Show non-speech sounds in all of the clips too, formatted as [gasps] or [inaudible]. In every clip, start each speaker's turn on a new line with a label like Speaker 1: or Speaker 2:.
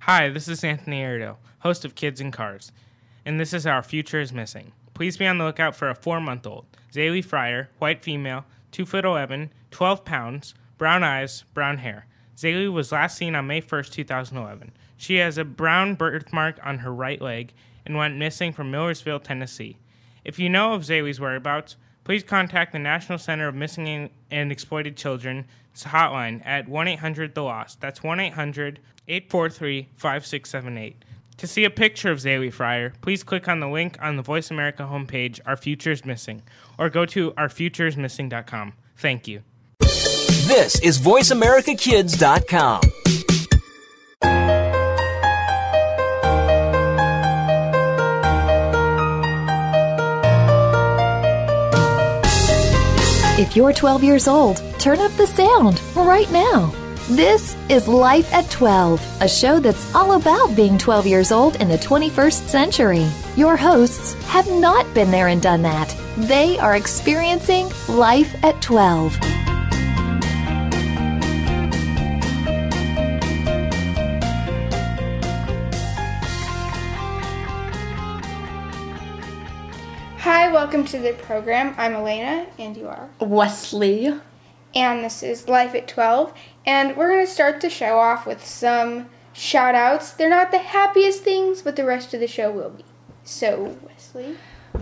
Speaker 1: Hi, this is Anthony Arido, host of Kids in Cars, and this is Our Future is Missing. Please be on the lookout for a four month old, Zaylee Fryer, white female, 2 foot 11, 12 pounds, brown eyes, brown hair. Zaylee was last seen on May 1st, 2011. She has a brown birthmark on her right leg and went missing from Millersville, Tennessee. If you know of Zaylee's whereabouts, please contact the National Center of Missing and Exploited Children's hotline at 1 800 The Lost. That's 1 800 843 5678. To see a picture of Zaylee Fryer, please click on the link on the Voice America homepage, Our Future is Missing, or go to ourfutureismissing.com. Thank you.
Speaker 2: This is VoiceAmericaKids.com.
Speaker 3: If you're 12 years old, turn up the sound right now. This is Life at 12, a show that's all about being 12 years old in the 21st century. Your hosts have not been there and done that. They are experiencing Life at 12.
Speaker 4: Hi, welcome to the program. I'm Elena, and you are.
Speaker 5: Wesley.
Speaker 4: And this is Life at 12, and we're going to start the show off with some shout outs. They're not the happiest things, but the rest of the show will be. So, Wesley.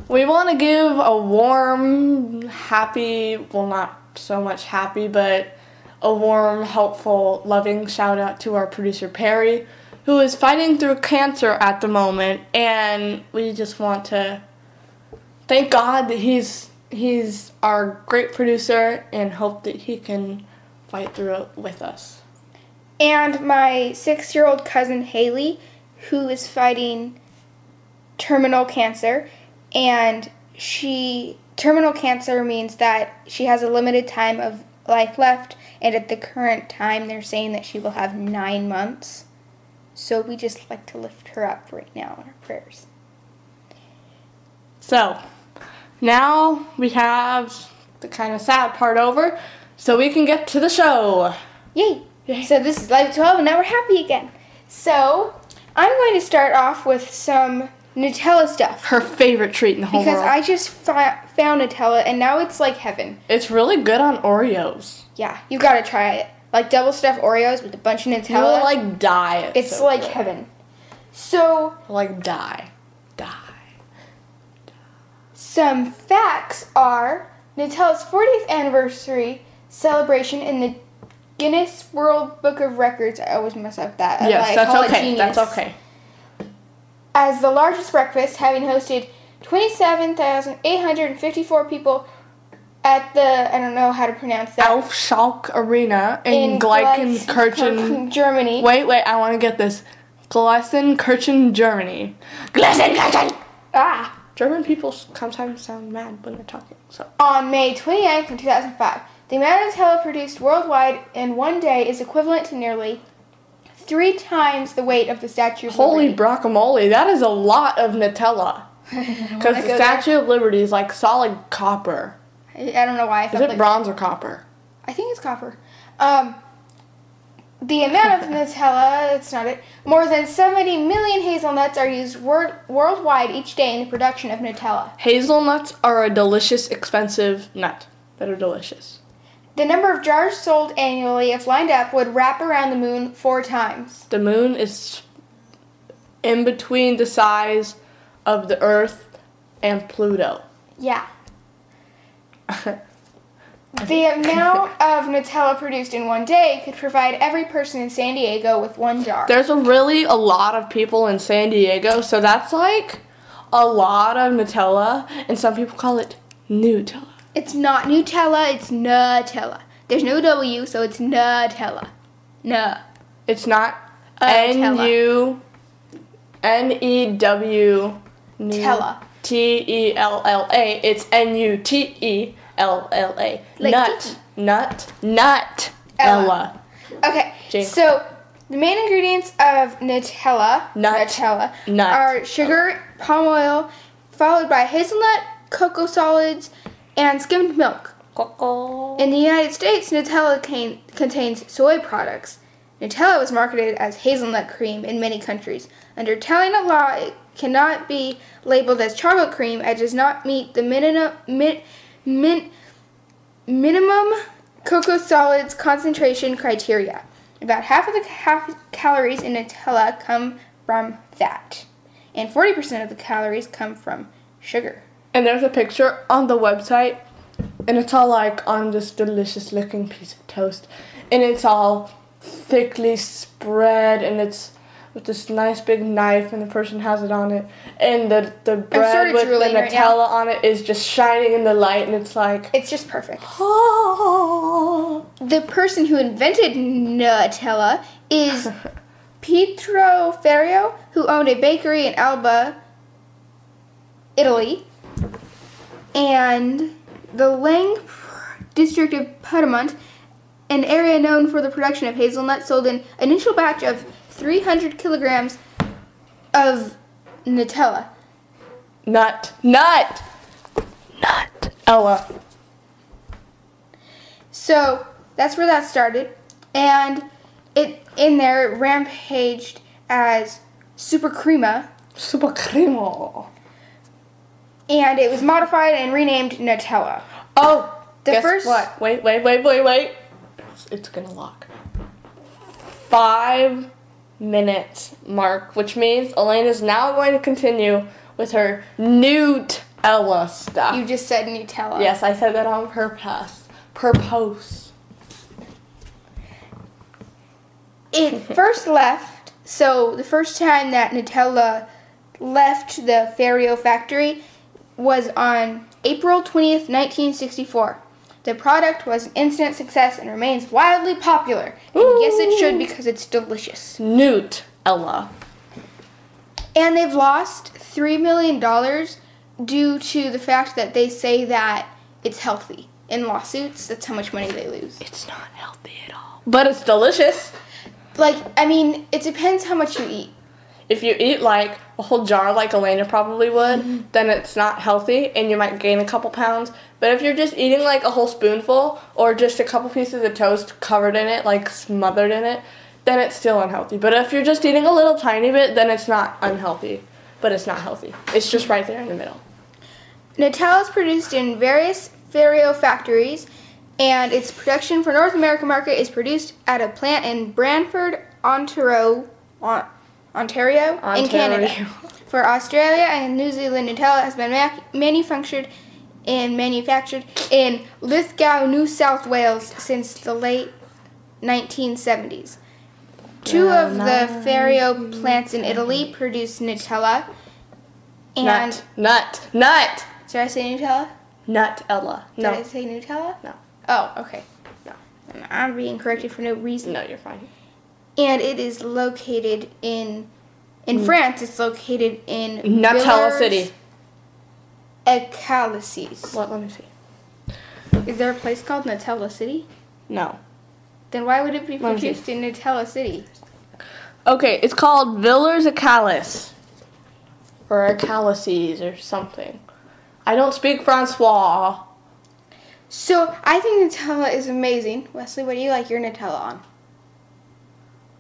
Speaker 5: We want to give a warm, happy, well, not so much happy, but a warm, helpful, loving shout out to our producer Perry, who is fighting through cancer at the moment, and we just want to thank God that he's he's our great producer and hope that he can fight through it with us.
Speaker 4: And my six year old cousin Haley, who is fighting terminal cancer, and she. Terminal cancer means that she has a limited time of life left, and at the current time, they're saying that she will have nine months. So we just like to lift her up right now in our prayers.
Speaker 5: So now we have the kind of sad part over, so we can get to the show.
Speaker 4: Yay! So this is Live 12, and now we're happy again. So I'm going to start off with some Nutella stuff
Speaker 5: Her favorite treat in the whole
Speaker 4: because
Speaker 5: world.
Speaker 4: I just fi- found Nutella, and now it's like heaven.
Speaker 5: it's really good on Oreos.
Speaker 4: Yeah, you gotta try it. Like double stuffed Oreos with a bunch of
Speaker 5: You will
Speaker 4: Nutella.
Speaker 5: like die. It's,
Speaker 4: it's
Speaker 5: so
Speaker 4: like
Speaker 5: good.
Speaker 4: heaven. So
Speaker 5: like die, die.
Speaker 4: some facts are Nutella's 40th anniversary celebration in the Guinness World Book of Records. I always mess up that.
Speaker 5: yes,
Speaker 4: I call it
Speaker 5: that's okay. That's
Speaker 4: genius.
Speaker 5: okay.
Speaker 4: as the largest breakfast, having hosted 27,854 people at the, I don't know how to pronounce that,
Speaker 5: Elf Schalk Arena in, Gleichenkirchen.
Speaker 4: Germany.
Speaker 5: Wait, wait. I want to get this. Gleichenkirchen, Germany. Gleichenkirchen.
Speaker 4: Ah,
Speaker 5: German people sometimes sound mad when they're talking. So
Speaker 4: on May 29th, of 2005. The amount of Nutella produced worldwide in one day is equivalent to nearly three times the weight of the Statue of
Speaker 5: holy
Speaker 4: Liberty.
Speaker 5: bracamole, that is a lot
Speaker 4: [laughs]
Speaker 5: of Nutella. Because
Speaker 4: go
Speaker 5: the
Speaker 4: there.
Speaker 5: Statue of Liberty is like solid copper.
Speaker 4: I I don't know why I
Speaker 5: Is
Speaker 4: felt
Speaker 5: it
Speaker 4: like
Speaker 5: bronze or copper?
Speaker 4: I think it's copper. Um, the amount of
Speaker 5: [laughs]
Speaker 4: Nutella, that's not it, more than 70 million hazelnuts are used wor- worldwide each day in the production of Nutella.
Speaker 5: Hazelnuts are a delicious, expensive nut. That are delicious.
Speaker 4: The number of jars sold annually, if lined up, would wrap around the moon four times.
Speaker 5: The moon is in between the size of the Earth and Pluto.
Speaker 4: Yeah. the amount of Nutella produced in one day could provide every person in San Diego with one jar.
Speaker 5: There's a really a lot of people in San Diego, so that's like a lot of Nutella, and some people call it Nutella.
Speaker 4: It's not Nutella, it's Nutella. There's no W, so it's Nutella. Nuh.
Speaker 5: It's not N
Speaker 4: Nutella.
Speaker 5: U N E W E
Speaker 4: Tella.
Speaker 5: T E L L A. It's N U T E L L A.
Speaker 4: Like
Speaker 5: Nut. Nut. Nut.
Speaker 4: Ella.
Speaker 5: Ella.
Speaker 4: Okay,
Speaker 5: Jane.
Speaker 4: so the main ingredients of Nutella,
Speaker 5: Nut.
Speaker 4: Nutella
Speaker 5: Nut.
Speaker 4: are sugar, palm oil, followed by hazelnut, cocoa solids, and skimmed milk. In the United States, Nutella can- contains soy products. Nutella was marketed as hazelnut cream in many countries. Under Italian law, it cannot be labeled as chocolate cream as it does not meet the minimum min, min, minimum cocoa solids concentration criteria. About half of the ca- calories in Nutella come from fat, and 40% of the calories come from sugar.
Speaker 5: And there's a picture on the website, and it's all like on this delicious looking piece of toast. And it's all thickly spread, and it's with this nice big knife, and the person has it on it. And the, the bread
Speaker 4: sorta
Speaker 5: with the
Speaker 4: drooling right now.
Speaker 5: Nutella on it is just shining in the light, and it's like,
Speaker 4: It's just perfect.
Speaker 5: oh.
Speaker 4: The person who invented Nutella is Pietro Ferro, who owned a bakery in Alba, Italy. And the Lang district of Piedmont, an area known for the production of hazelnut, sold an initial batch of 300 kilograms of Nutella.
Speaker 5: Nut. Nut. Nut. Ella.
Speaker 4: So that's where that started, and it in there it rampaged as Super Crema,
Speaker 5: Super cremo.
Speaker 4: and it was modified and renamed Nutella.
Speaker 5: Oh,
Speaker 4: The
Speaker 5: guess
Speaker 4: first-
Speaker 5: what? Wait, wait, wait, wait, wait. It's gonna lock. Five minutes mark, which means Elaine is now going to continue with her Nutella stuff.
Speaker 4: You just said Nutella.
Speaker 5: yes, I said that on purpose. Purpose.
Speaker 4: It first left. So the first time that Nutella left the Ferrio factory was on April 20th, 1964. The product was an instant success and remains wildly popular. And yes, it should because it's delicious.
Speaker 5: Nutella.
Speaker 4: And they've lost $3 million due to the fact that they say that it's healthy. In lawsuits, that's how much money they lose.
Speaker 5: It's not healthy at all, but it's delicious.
Speaker 4: Like, I mean, it depends how much you eat.
Speaker 5: If you eat like a whole jar, like Elena probably would, then it's not healthy and you might gain a couple pounds. But if you're just eating like a whole spoonful or just a couple pieces of toast covered in it, like smothered in it, then it's still unhealthy. But if you're just eating a little tiny bit, then it's not unhealthy. But it's not healthy. It's just right there in the middle.
Speaker 4: Nutella is produced in various Ferrio factories, and its production for North American market is produced at a plant in Brantford, Ontario, on, Ontario, in Canada.
Speaker 5: Ontario.
Speaker 4: For Australia and New Zealand, Nutella has been mac- manufactured and manufactured in Lithgow, New South Wales, since the late 1970s. Two of the Ferrio plants in Italy produce Nutella, and
Speaker 5: Nut. Nut. Nut.
Speaker 4: did I say Nutella?
Speaker 5: Nutella.
Speaker 4: Did I
Speaker 5: No.
Speaker 4: say Nutella?
Speaker 5: No.
Speaker 4: Oh, okay.
Speaker 5: No.
Speaker 4: I'm being corrected for no reason.
Speaker 5: No, you're fine.
Speaker 4: And it is located in in France. It's located in
Speaker 5: Mm. Nutella
Speaker 4: Villers
Speaker 5: City.
Speaker 4: Ecalices.
Speaker 5: What? Let me see.
Speaker 4: Is there a place called Nutella City?
Speaker 5: No.
Speaker 4: Then why would it be
Speaker 5: Let me see.
Speaker 4: produced in Nutella City?
Speaker 5: Okay, it's called Villers Acalis. Or Acalices or something. I don't speak Francois.
Speaker 4: So I think Nutella is amazing. Wesley, what do you like your Nutella on?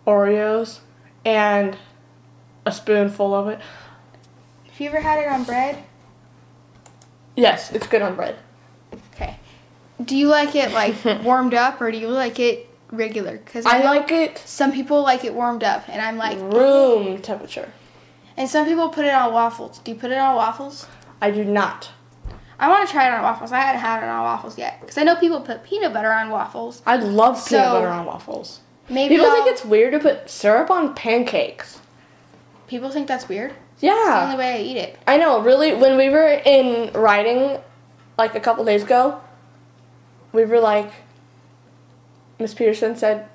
Speaker 5: Oreos and a spoonful of it.
Speaker 4: Have you ever had it on bread?
Speaker 5: Yes, it's good on bread.
Speaker 4: Okay. Do you like it
Speaker 5: [laughs]
Speaker 4: like warmed up or do you like it regular? Because
Speaker 5: I like it
Speaker 4: some people like it warmed up, and I'm like,
Speaker 5: room temperature.
Speaker 4: And some people put it on waffles. Do you put it on waffles?
Speaker 5: I do not.
Speaker 4: I want to try it on waffles. I haven't had it on waffles yet because I know people put peanut butter on waffles.
Speaker 5: I love peanut
Speaker 4: So-
Speaker 5: butter on waffles.
Speaker 4: Maybe
Speaker 5: People
Speaker 4: I'll-
Speaker 5: think it's weird to put syrup on pancakes.
Speaker 4: people think that's weird. It's the only
Speaker 5: Yeah.
Speaker 4: way I eat it.
Speaker 5: I know, really, when we were in riding like a couple days ago, we were like, Miss Peterson said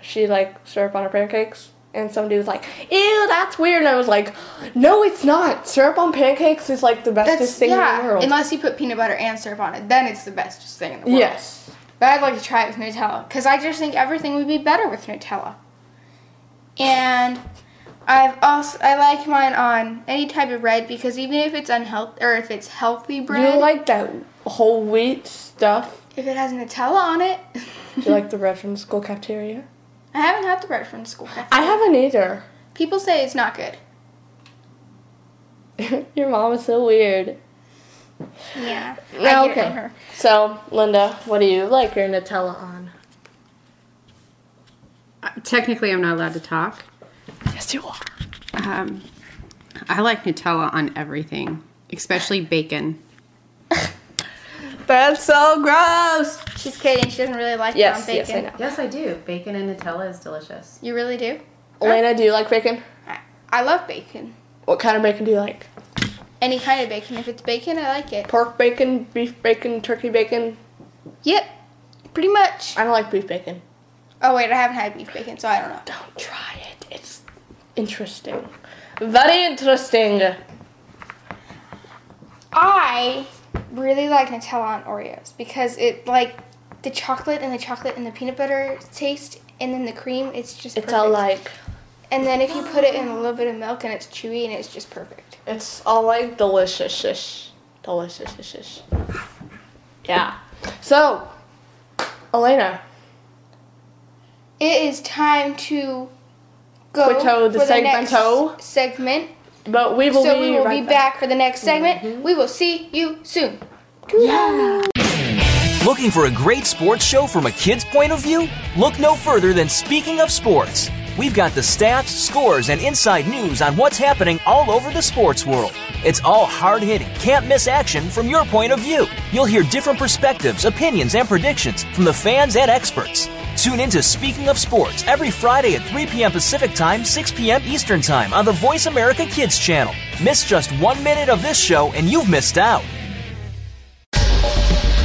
Speaker 5: she like syrup on her pancakes, and somebody was like, Ew, that's weird. And I was like, No, it's not. Syrup on pancakes is like the bestest
Speaker 4: That's
Speaker 5: thing
Speaker 4: yeah.
Speaker 5: in the world.
Speaker 4: Unless you put peanut butter and syrup on it, then it's the bestest thing in the world.
Speaker 5: yes.
Speaker 4: But I'd like to try it with Nutella because I just think everything would be better with Nutella. And I've also I like mine on any type of bread because even if it's unhealthy or if it's healthy bread,
Speaker 5: Do you like that whole wheat stuff?
Speaker 4: if it [laughs] has Nutella on it.
Speaker 5: [laughs] Do you like the bread from the school cafeteria?
Speaker 4: I haven't had the bread from the school cafe.
Speaker 5: I haven't either. [laughs]
Speaker 4: People say it's not good.
Speaker 5: Your mom is so weird.
Speaker 4: Yeah.
Speaker 5: Yeah,
Speaker 4: I get it from her.
Speaker 5: Oh, So, Linda, what do you like your Nutella on?
Speaker 6: Uh, Technically, I'm not allowed to talk.
Speaker 5: Yes, you are.
Speaker 6: Um, I like Nutella on everything, especially bacon.
Speaker 5: That's so gross.
Speaker 4: She's kidding. She doesn't really like
Speaker 5: Yes,
Speaker 4: brown
Speaker 5: yes,
Speaker 4: bacon.
Speaker 5: I know.
Speaker 6: Yes, I do. Bacon and Nutella is delicious.
Speaker 4: You really do?
Speaker 5: Elena, do you like bacon?
Speaker 4: I, I love bacon.
Speaker 5: What kind of bacon do you like?
Speaker 4: Any kind of bacon. If it's bacon, I like it.
Speaker 5: Pork bacon, beef bacon, turkey bacon.
Speaker 4: Yep. Pretty much.
Speaker 5: I don't like beef bacon.
Speaker 4: Oh wait, I haven't had beef bacon, so I don't know.
Speaker 5: Don't try it. It's interesting. Very interesting.
Speaker 4: I really like Nutella on Oreos because it like the chocolate and the chocolate and the peanut butter taste and then the cream it's just
Speaker 5: It's
Speaker 4: perfect.
Speaker 5: all like
Speaker 4: and then if you put it in a little bit of milk and it's chewy and it's just perfect.
Speaker 5: It's all like delicious Delicious Yeah. So, Elena,
Speaker 4: It is time to go
Speaker 5: Quito the
Speaker 4: for the
Speaker 5: segmento.
Speaker 4: next segment.
Speaker 5: but we will
Speaker 4: so we
Speaker 5: be
Speaker 4: will
Speaker 5: right Mm-hmm.
Speaker 4: be back for the next segment. We will see you soon.
Speaker 2: Looking for a great sports show from a kid's point of view? Look no further than Speaking of Sports. We've got the stats, scores, and inside news on what's happening all over the sports world. It's all hard hitting, can't miss action from your point of view. You'll hear different perspectives, opinions, and predictions from the fans and experts. Tune into Speaking of Sports every Friday at 3 p.m. Pacific Time, 6 p.m. Eastern Time on the Voice America Kids channel. Miss just one minute of this show and you've missed out.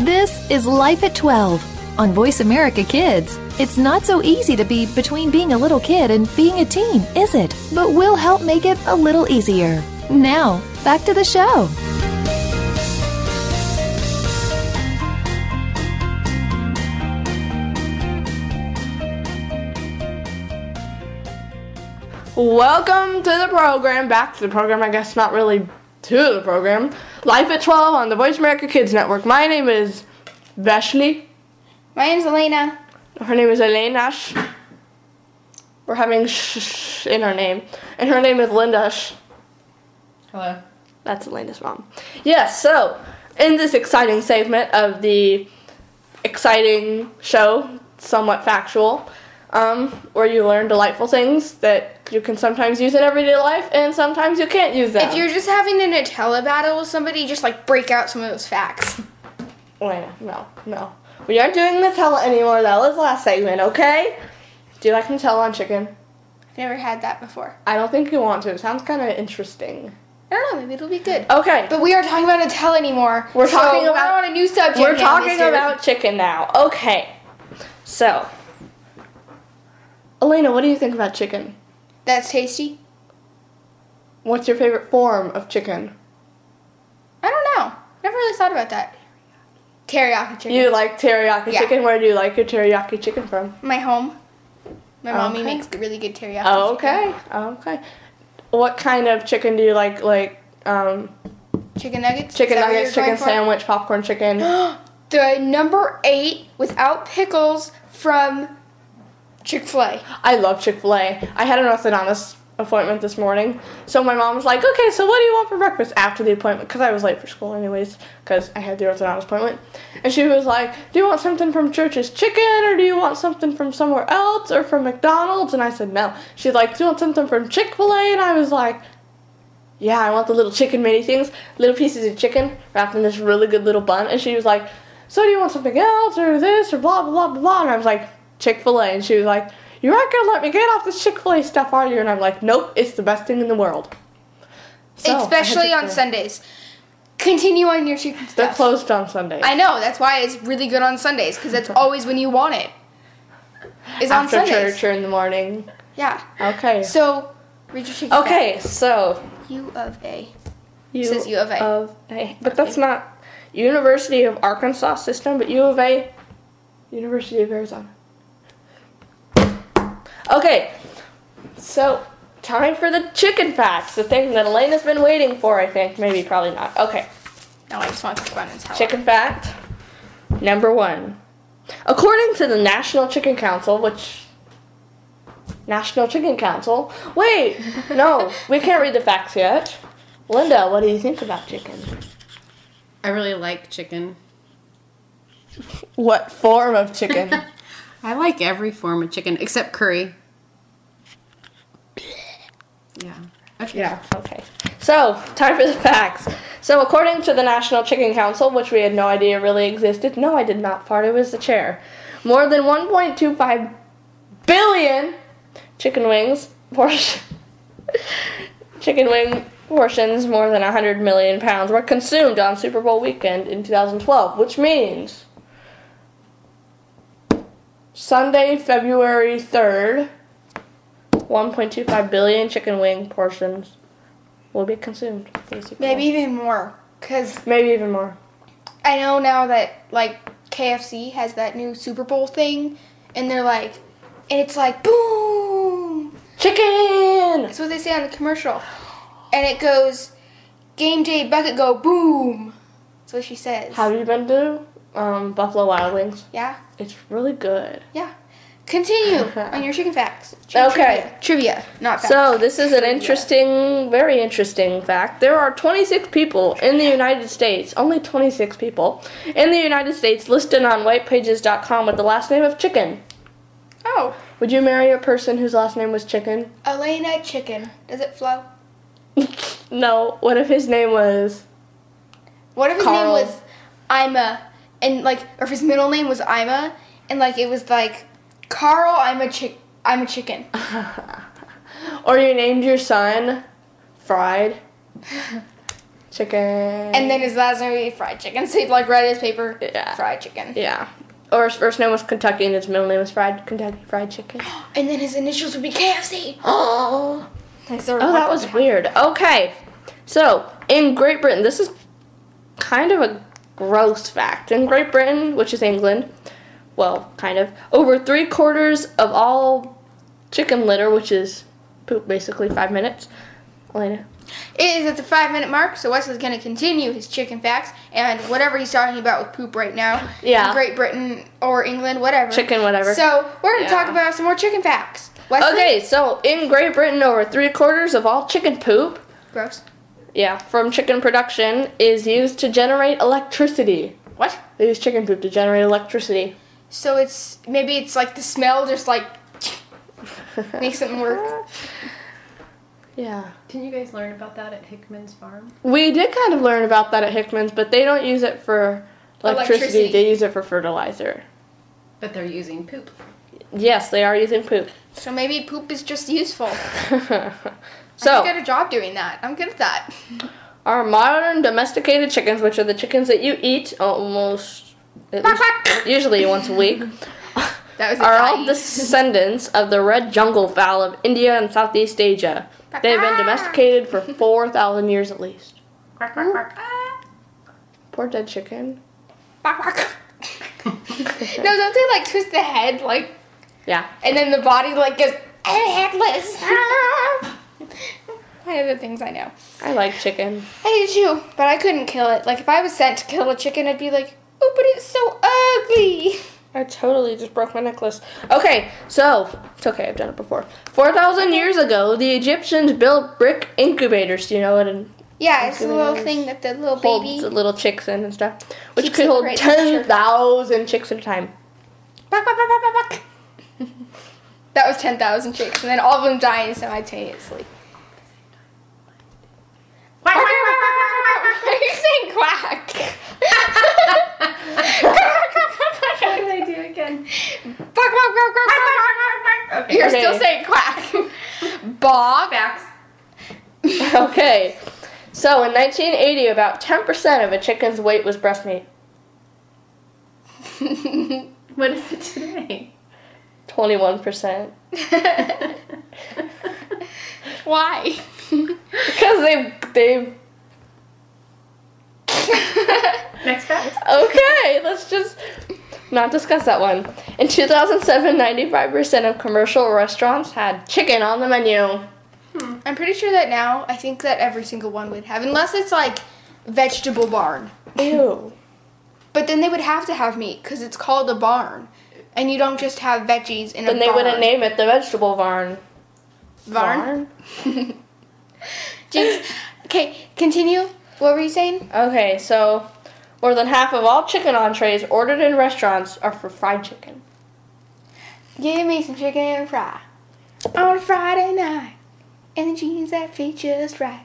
Speaker 3: This is Life at 12 on Voice America Kids. It's not so easy to be between being a little kid and being a teen, is it? But we'll help make it a little easier. Now, back to the show.
Speaker 5: Welcome to the program. Back to the program, I guess not really to the program. Life at 12 on the Voice America Kids Network. My name is Veshley.
Speaker 4: My name's Elena.
Speaker 5: Her name is Elaine Ash. We're having sh- sh- in her name. And her name is Linda Sh.
Speaker 6: Hello.
Speaker 5: That's Elena's mom. Yes, so in this exciting segment of the exciting show, somewhat factual, um, where you learn delightful things that you can sometimes use in everyday life and sometimes you can't use them.
Speaker 4: If you're just having a Nutella battle with somebody, just like break out some of those facts. [laughs]
Speaker 5: Elena, no, no. We aren't doing Nutella anymore. That was last segment, okay? Do you like Nutella on chicken?
Speaker 4: I've never had that before.
Speaker 5: I don't think you want to. It sounds kind of interesting.
Speaker 4: I don't know, maybe it'll be good.
Speaker 5: Okay,
Speaker 4: But we aren't talking about Nutella anymore.
Speaker 5: Oh. We're
Speaker 4: so
Speaker 5: talking
Speaker 4: we're
Speaker 5: about-
Speaker 4: on a new subject.
Speaker 5: We're
Speaker 4: now,
Speaker 5: talking
Speaker 4: mister.
Speaker 5: about chicken now. Okay. So, Elena, what do you think about chicken?
Speaker 4: that's tasty.
Speaker 5: What's your favorite form of chicken?
Speaker 4: I don't know. Never really thought about that. Teriyaki chicken.
Speaker 5: You like teriyaki
Speaker 4: Yeah.
Speaker 5: chicken? Where do you like your teriyaki chicken from?
Speaker 4: My home. My mommy
Speaker 5: Oh, Okay. Oh,
Speaker 4: makes really good teriyaki.
Speaker 5: okay. Okay. What kind of chicken do you like? Like um,
Speaker 4: Chicken, chicken nuggets.
Speaker 5: chicken
Speaker 4: Is that what
Speaker 5: nuggets,
Speaker 4: you're going
Speaker 5: chicken sandwich,
Speaker 4: [gasps]
Speaker 5: popcorn chicken. [gasps]
Speaker 4: for? The number eight without pickles from Chick Fil A.
Speaker 5: I love Chick Fil A. I had an orthodontist appointment this morning, so my mom was like, "Okay, so what do you want for breakfast after the appointment?" Because I was late for school, anyways, because I had the orthodontist appointment. And she was like, "Do you want something from Church's Chicken, or do you want something from somewhere else, or from McDonald's?" And I said, "No." She's like, "Do you want something from Chick Fil A?" And I was like. Yeah, I want the little chicken mini things, little pieces of chicken wrapped in this really good little bun. And she was like, So do you want something else or this or blah, blah, blah, blah, blah. And I was like, Chick fil A. And she was like, You're not going to let me get off this Chick fil A stuff, are you? And I'm like, Nope, it's the best thing in the world. So, I had
Speaker 4: Especially on
Speaker 5: Chick-fil-A.
Speaker 4: Sundays. Continue on your chicken
Speaker 5: They're
Speaker 4: stuff.
Speaker 5: closed on Sundays.
Speaker 4: I know. That's why it's really good on Sundays because that's always when you want it. It's on
Speaker 5: After
Speaker 4: Sundays.
Speaker 5: church or in the morning.
Speaker 4: Yeah.
Speaker 5: Okay.
Speaker 4: So read your chicken.
Speaker 5: okay, so
Speaker 4: stuff. U of A.
Speaker 5: U
Speaker 4: says U of A.
Speaker 5: A. But that's not University of Arkansas system, but U of A, University of Arizona. Okay, so time for the chicken facts, the thing that Elaine has been waiting for, I think. Maybe, probably not. Okay,
Speaker 4: No, I just want to talk about Nutella.
Speaker 5: chicken fact number one. According to the National Chicken Council, which. National Chicken Council? Wait!
Speaker 4: [laughs]
Speaker 5: No, we can't read the facts yet. Linda, what do you think about chicken?
Speaker 6: I really like chicken.
Speaker 5: What form of chicken?
Speaker 6: I like every form of chicken except curry. Yeah. Okay.
Speaker 5: yeah, okay. So, time for the facts. So, according to the National Chicken Council, which we had no idea really existed, no, I did not fart, it was the chair. More than 1.25 billion chicken wings portion. [laughs] chicken wing portions, more than 100 million pounds, were consumed on Super Bowl weekend in 2012, which means Sunday, February 3rd, 1.25 billion chicken wing portions will be consumed. for the Super Bowl.
Speaker 4: Maybe even more because
Speaker 5: Maybe even more.
Speaker 4: I know now that like KFC has that new Super Bowl thing, and they're like, and it's like boom.
Speaker 5: Chicken!
Speaker 4: That's what they say on the commercial, and it goes, game day bucket go boom. That's what she says.
Speaker 5: Have you been to um, Buffalo Wild Wings?
Speaker 4: yeah,
Speaker 5: It's really good.
Speaker 4: yeah.
Speaker 5: [laughs]
Speaker 4: Continue on your chicken facts.
Speaker 5: Okay.
Speaker 4: Trivia, trivia not facts.
Speaker 5: So, this is an interesting, very interesting fact. There are 26 people in the United States, only 26 people, in the United States listed on whitepages.com with the last name of Chicken.
Speaker 4: oh,
Speaker 5: Would you marry a person whose last name was Chicken?
Speaker 4: Elena chicken. Does it flow?
Speaker 5: No. What if his name was.
Speaker 4: What if his
Speaker 5: Carl.
Speaker 4: name was Ima, and like, or if his middle name was Ima, and like it was like Carl Ima chick Ima chicken.
Speaker 5: Or you named your son Fried Chicken.
Speaker 4: And then his last name would be fried chicken. [laughs] So he'd like write his paper,
Speaker 5: Yeah.
Speaker 4: fried chicken.
Speaker 5: Yeah. Or his first name was Kentucky and his middle name was Fried Kentucky Fried Chicken.
Speaker 4: And then his initials would be KFC.
Speaker 5: [gasps] oh,
Speaker 4: I sort of
Speaker 5: oh,
Speaker 4: want
Speaker 5: that was weird. Okay. So, in Great Britain, this is kind of a gross fact. In Great Britain, which is England, well, kind of, over three quarters of all chicken litter, which is poop basically, five minutes. Elena.
Speaker 4: It is at the five minute mark, so Wes is going to continue his chicken facts and whatever he's talking about with poop right now.
Speaker 5: Yeah.
Speaker 4: In Great Britain or England, whatever.
Speaker 5: Chicken, whatever.
Speaker 4: So we're going to talk
Speaker 5: Yeah.
Speaker 4: about some more chicken facts. Wesley?
Speaker 5: Okay, so in Great Britain, over three quarters of all chicken poop
Speaker 4: Gross.
Speaker 5: Yeah, from chicken production is used to generate electricity.
Speaker 4: What?
Speaker 5: They use chicken poop to generate electricity.
Speaker 4: So it's maybe it's like the smell just
Speaker 5: [laughs]
Speaker 4: like makes it work.
Speaker 5: Yeah.
Speaker 6: Didn't you guys learn about that at Hickman's farm?
Speaker 5: We did kind of learn about that at Hickman's, but they don't use it for electricity,
Speaker 4: Electricity.
Speaker 5: they use it for fertilizer.
Speaker 6: But they're using poop.
Speaker 5: Yes, they are using poop.
Speaker 4: So maybe poop is just useful. I
Speaker 5: so,
Speaker 4: could get a job doing that. I'm good at that.
Speaker 5: our modern domesticated chickens, which are the chickens that you eat almost at least, usually once a [laughs] week,
Speaker 4: That was a
Speaker 5: are
Speaker 4: die.
Speaker 5: all descendants of the red jungle fowl of India and Southeast Asia. They have been domesticated for 4,000 years at least. Poor dead chicken.
Speaker 4: Ah, Quack, quack. [laughs] no, don't they like twist the head like,
Speaker 5: Yeah.
Speaker 4: and then the body like goes "I'm headless. [laughs] Ah. One of the things I know.
Speaker 5: I like chicken.
Speaker 4: I did too, but I couldn't kill it. Like if I was sent to kill a chicken, I'd be like, oh, but it's so ugly. [laughs]
Speaker 5: I totally just broke my necklace. Okay, so it's okay, I've done it before. 4,000 years ago, the Egyptians built brick incubators, do you know, and
Speaker 4: Yeah, it's the little
Speaker 5: Incubators.
Speaker 4: thing that the little
Speaker 5: holds
Speaker 4: baby.
Speaker 5: the little chicks in and stuff, which
Speaker 4: Keeps
Speaker 5: could
Speaker 4: it
Speaker 5: hold
Speaker 4: right temperature.
Speaker 5: 10,000 chicks at a time. [laughs]
Speaker 4: Quack, quack, quack, quack, quack, quack. [laughs] that was ten thousand chicks, and then all of them dying simultaneously. Quack, quack, quack, quack, quack, quack. You're saying quack. What did I do again? Quack, quack, quack, quack, quack, quack. You're [laughs]
Speaker 5: Okay.
Speaker 4: still saying quack. Bog.
Speaker 5: Okay, So in 1980, about 10% of a chicken's weight was breast meat.
Speaker 6: What is it today?
Speaker 5: 21%.
Speaker 7: Why?
Speaker 5: Because they they
Speaker 4: [laughs]
Speaker 6: Next fact.
Speaker 5: okay, let's just not discuss that one. In 2007, 95% of commercial restaurants had chicken on the menu.
Speaker 4: I'm pretty sure that now I think that every single one would have, unless it's like vegetable barn.
Speaker 5: Ew.
Speaker 4: [laughs] But then they would have to have meat because it's called a barn, and you don't just have veggies in a
Speaker 5: Then they
Speaker 4: barn.
Speaker 5: wouldn't name it the vegetable barn.
Speaker 4: barn. [laughs] Jinx. Okay, continue. What were you saying?
Speaker 5: Okay, so more than half of all chicken entrees ordered in restaurants are for fried chicken.
Speaker 4: Give me some chicken and fry on a Friday night, and the jeans that fit just right.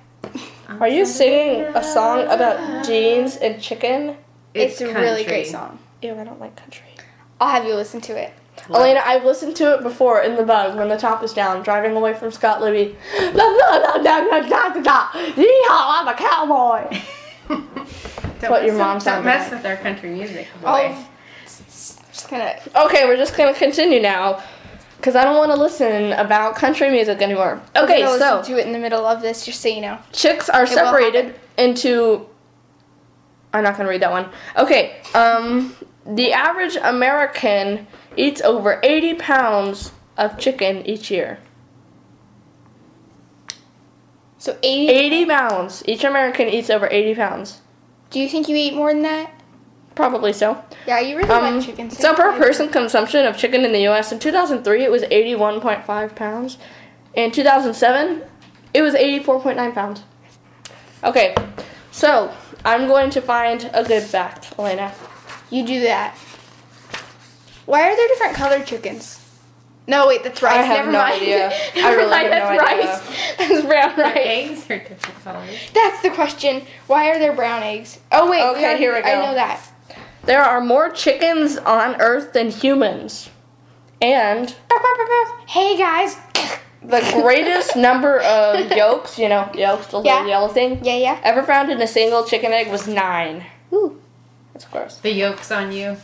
Speaker 5: Are you singing a song about jeans and chicken?
Speaker 4: It's, a really
Speaker 6: country.
Speaker 4: great song.
Speaker 5: Ew, I don't like country.
Speaker 4: I'll have you listen to it.
Speaker 5: Elena, I've listened to it before in the bug when the top is down, driving away from Scott Libby. [gasps] La, la, la, la, la, la, la, la. Yeehaw, I'm a cowboy.
Speaker 6: Don't
Speaker 5: what your
Speaker 6: mess
Speaker 5: mom
Speaker 6: with-
Speaker 5: sounded
Speaker 6: Don't
Speaker 5: like.
Speaker 6: mess with our country music, boy.
Speaker 4: Oh, just gonna.
Speaker 5: Okay, we're just gonna continue now, cause I don't want to listen about country music anymore. Okay,
Speaker 4: I'm gonna
Speaker 5: so
Speaker 4: listen to it in the middle of this, just so you know.
Speaker 5: chicks are
Speaker 4: will
Speaker 5: separated into I'm not gonna read that one. Okay, um the average American eats over eighty pounds of chicken each year.
Speaker 4: So eighty.
Speaker 5: Eighty pounds. Each American eats over eighty pounds.
Speaker 4: Do you think you eat more than that?
Speaker 5: Probably so.
Speaker 4: Yeah, you really
Speaker 5: Um,
Speaker 4: like chicken.
Speaker 5: so per person consumption of chicken in the U.S. in 2003 it was 81.5 pounds. In 2007 it was 84.9 pounds. Okay, so I'm going to find a good fact, Elena.
Speaker 4: You do that. Why are there different colored chickens? No, wait, that's rice.
Speaker 5: I have
Speaker 4: Never
Speaker 5: no
Speaker 4: mind.
Speaker 5: idea. I
Speaker 4: [laughs] Never
Speaker 5: really
Speaker 4: mind,
Speaker 5: have no idea.
Speaker 4: that's rice. [laughs] That's brown
Speaker 6: Our
Speaker 4: rice.
Speaker 6: eggs are different colors.
Speaker 4: That's the question. Why are there brown eggs? Oh wait.
Speaker 5: Okay, here we
Speaker 4: I
Speaker 5: go.
Speaker 4: know that. [laughs]
Speaker 5: There are more chickens on Earth than humans. And
Speaker 4: Hey guys.
Speaker 5: the
Speaker 4: [laughs]
Speaker 5: greatest number of yolks, you know, yolks, the
Speaker 4: Yeah.
Speaker 5: little yellow thing,
Speaker 4: Yeah, yeah. [laughs]
Speaker 5: ever found in a single chicken egg was nine.
Speaker 4: Ooh.
Speaker 5: That's gross.
Speaker 6: The yolk's on you.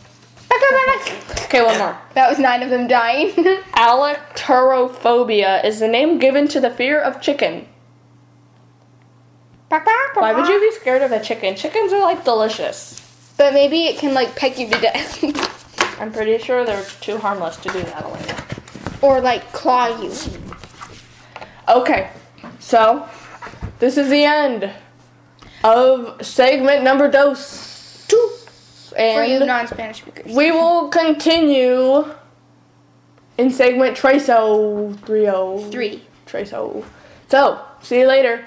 Speaker 5: Okay, one more.
Speaker 4: That was nine of them dying. [laughs]
Speaker 5: Alecturophobia is the name given to the fear of chicken. Why would you be scared of a chicken? Chickens are like delicious.
Speaker 4: But maybe it can like peck you to death, [laughs]
Speaker 5: I'm pretty sure they're too harmless to do that, Elena.
Speaker 4: or like claw you.
Speaker 5: Okay, so this is the end of segment number dos.
Speaker 4: For you
Speaker 5: And
Speaker 4: non-Spanish speakers.
Speaker 5: we will continue in segment Treso 30.
Speaker 4: Three.
Speaker 5: Treso. So, see you later.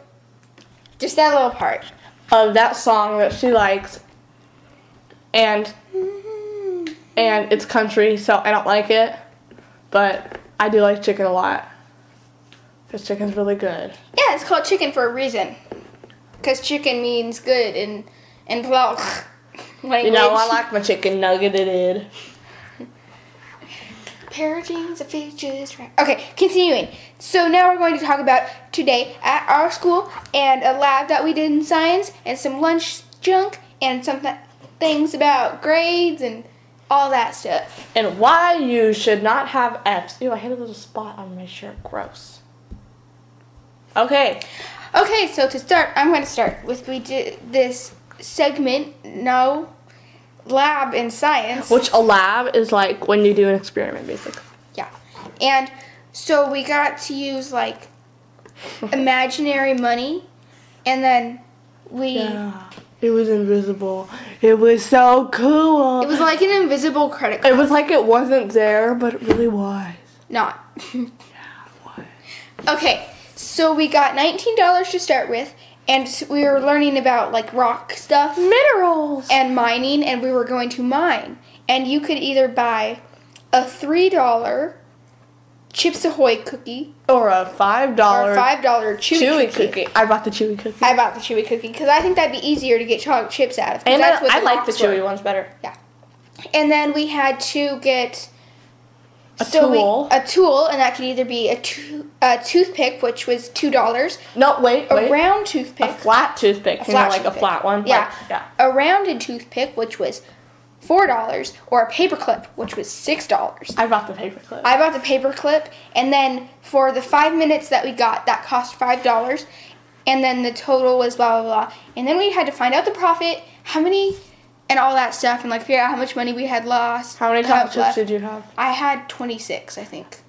Speaker 4: Just that little part.
Speaker 5: of that song that she likes, and and it's country, so I don't like it, but I do like chicken a lot. Cause chicken's really good.
Speaker 4: Yeah, it's called chicken for a reason. Because chicken means good and and blah. [laughs] language.
Speaker 5: You know, I like my chicken nuggeted.
Speaker 4: Parroting's a features. Okay, continuing. So now we're going to talk about today at our school and a lab that we did in science and some lunch junk and some th- things about grades and all that stuff.
Speaker 5: And why you should not have F's. Ew, I had a little spot on my shirt. Gross. Okay.
Speaker 4: Okay, so to start, I'm going to start with we did this segment, no lab in science.
Speaker 5: Which a lab is like when you do an experiment, basically.
Speaker 4: Yeah. And so we got to use like imaginary money and then we
Speaker 5: It was invisible. It was so cool.
Speaker 4: it was like an invisible credit card.
Speaker 5: It was like it wasn't there, but it really was.
Speaker 4: Not. Okay. So we got $19 to start with and s- we were learning about like rock stuff
Speaker 5: Minerals.
Speaker 4: and mining and we were going to mine and you could either buy a $3 Chips Ahoy cookie
Speaker 5: Or a five
Speaker 4: or
Speaker 5: dollar
Speaker 4: a $5 chewy,
Speaker 5: chewy
Speaker 4: cookie.
Speaker 5: cookie. I bought the chewy cookie.
Speaker 4: I bought the chewy cookie because I think that'd be easier to get chocolate chips out of. 'cause
Speaker 5: and I,
Speaker 4: that's what
Speaker 5: I like the
Speaker 4: rocks were.
Speaker 5: chewy ones better.
Speaker 4: Yeah. And then we had to get
Speaker 5: A
Speaker 4: we-
Speaker 5: tool.
Speaker 4: a tool, and that could either be a, to- a toothpick, which was two dollars,
Speaker 5: No, wait,
Speaker 4: a
Speaker 5: wait.
Speaker 4: round
Speaker 5: A
Speaker 4: toothpick,
Speaker 5: flat toothpick.
Speaker 4: a
Speaker 5: you know, like a
Speaker 4: toothpick.
Speaker 5: flat one.
Speaker 4: yeah,
Speaker 5: Like, yeah.
Speaker 4: a rounded toothpick, which was four dollars, or a paperclip, which was six dollars.
Speaker 5: I bought the paperclip.
Speaker 4: I bought the paperclip, and then for the five minutes that we got, that cost five dollars, and then the total was blah blah blah, and then we had to find out the profit, how many, and all that stuff, and like figure out how much money we had lost.
Speaker 5: How many
Speaker 4: much
Speaker 5: chocolate chips
Speaker 4: left.
Speaker 5: did you have?
Speaker 4: I had twenty six, I think.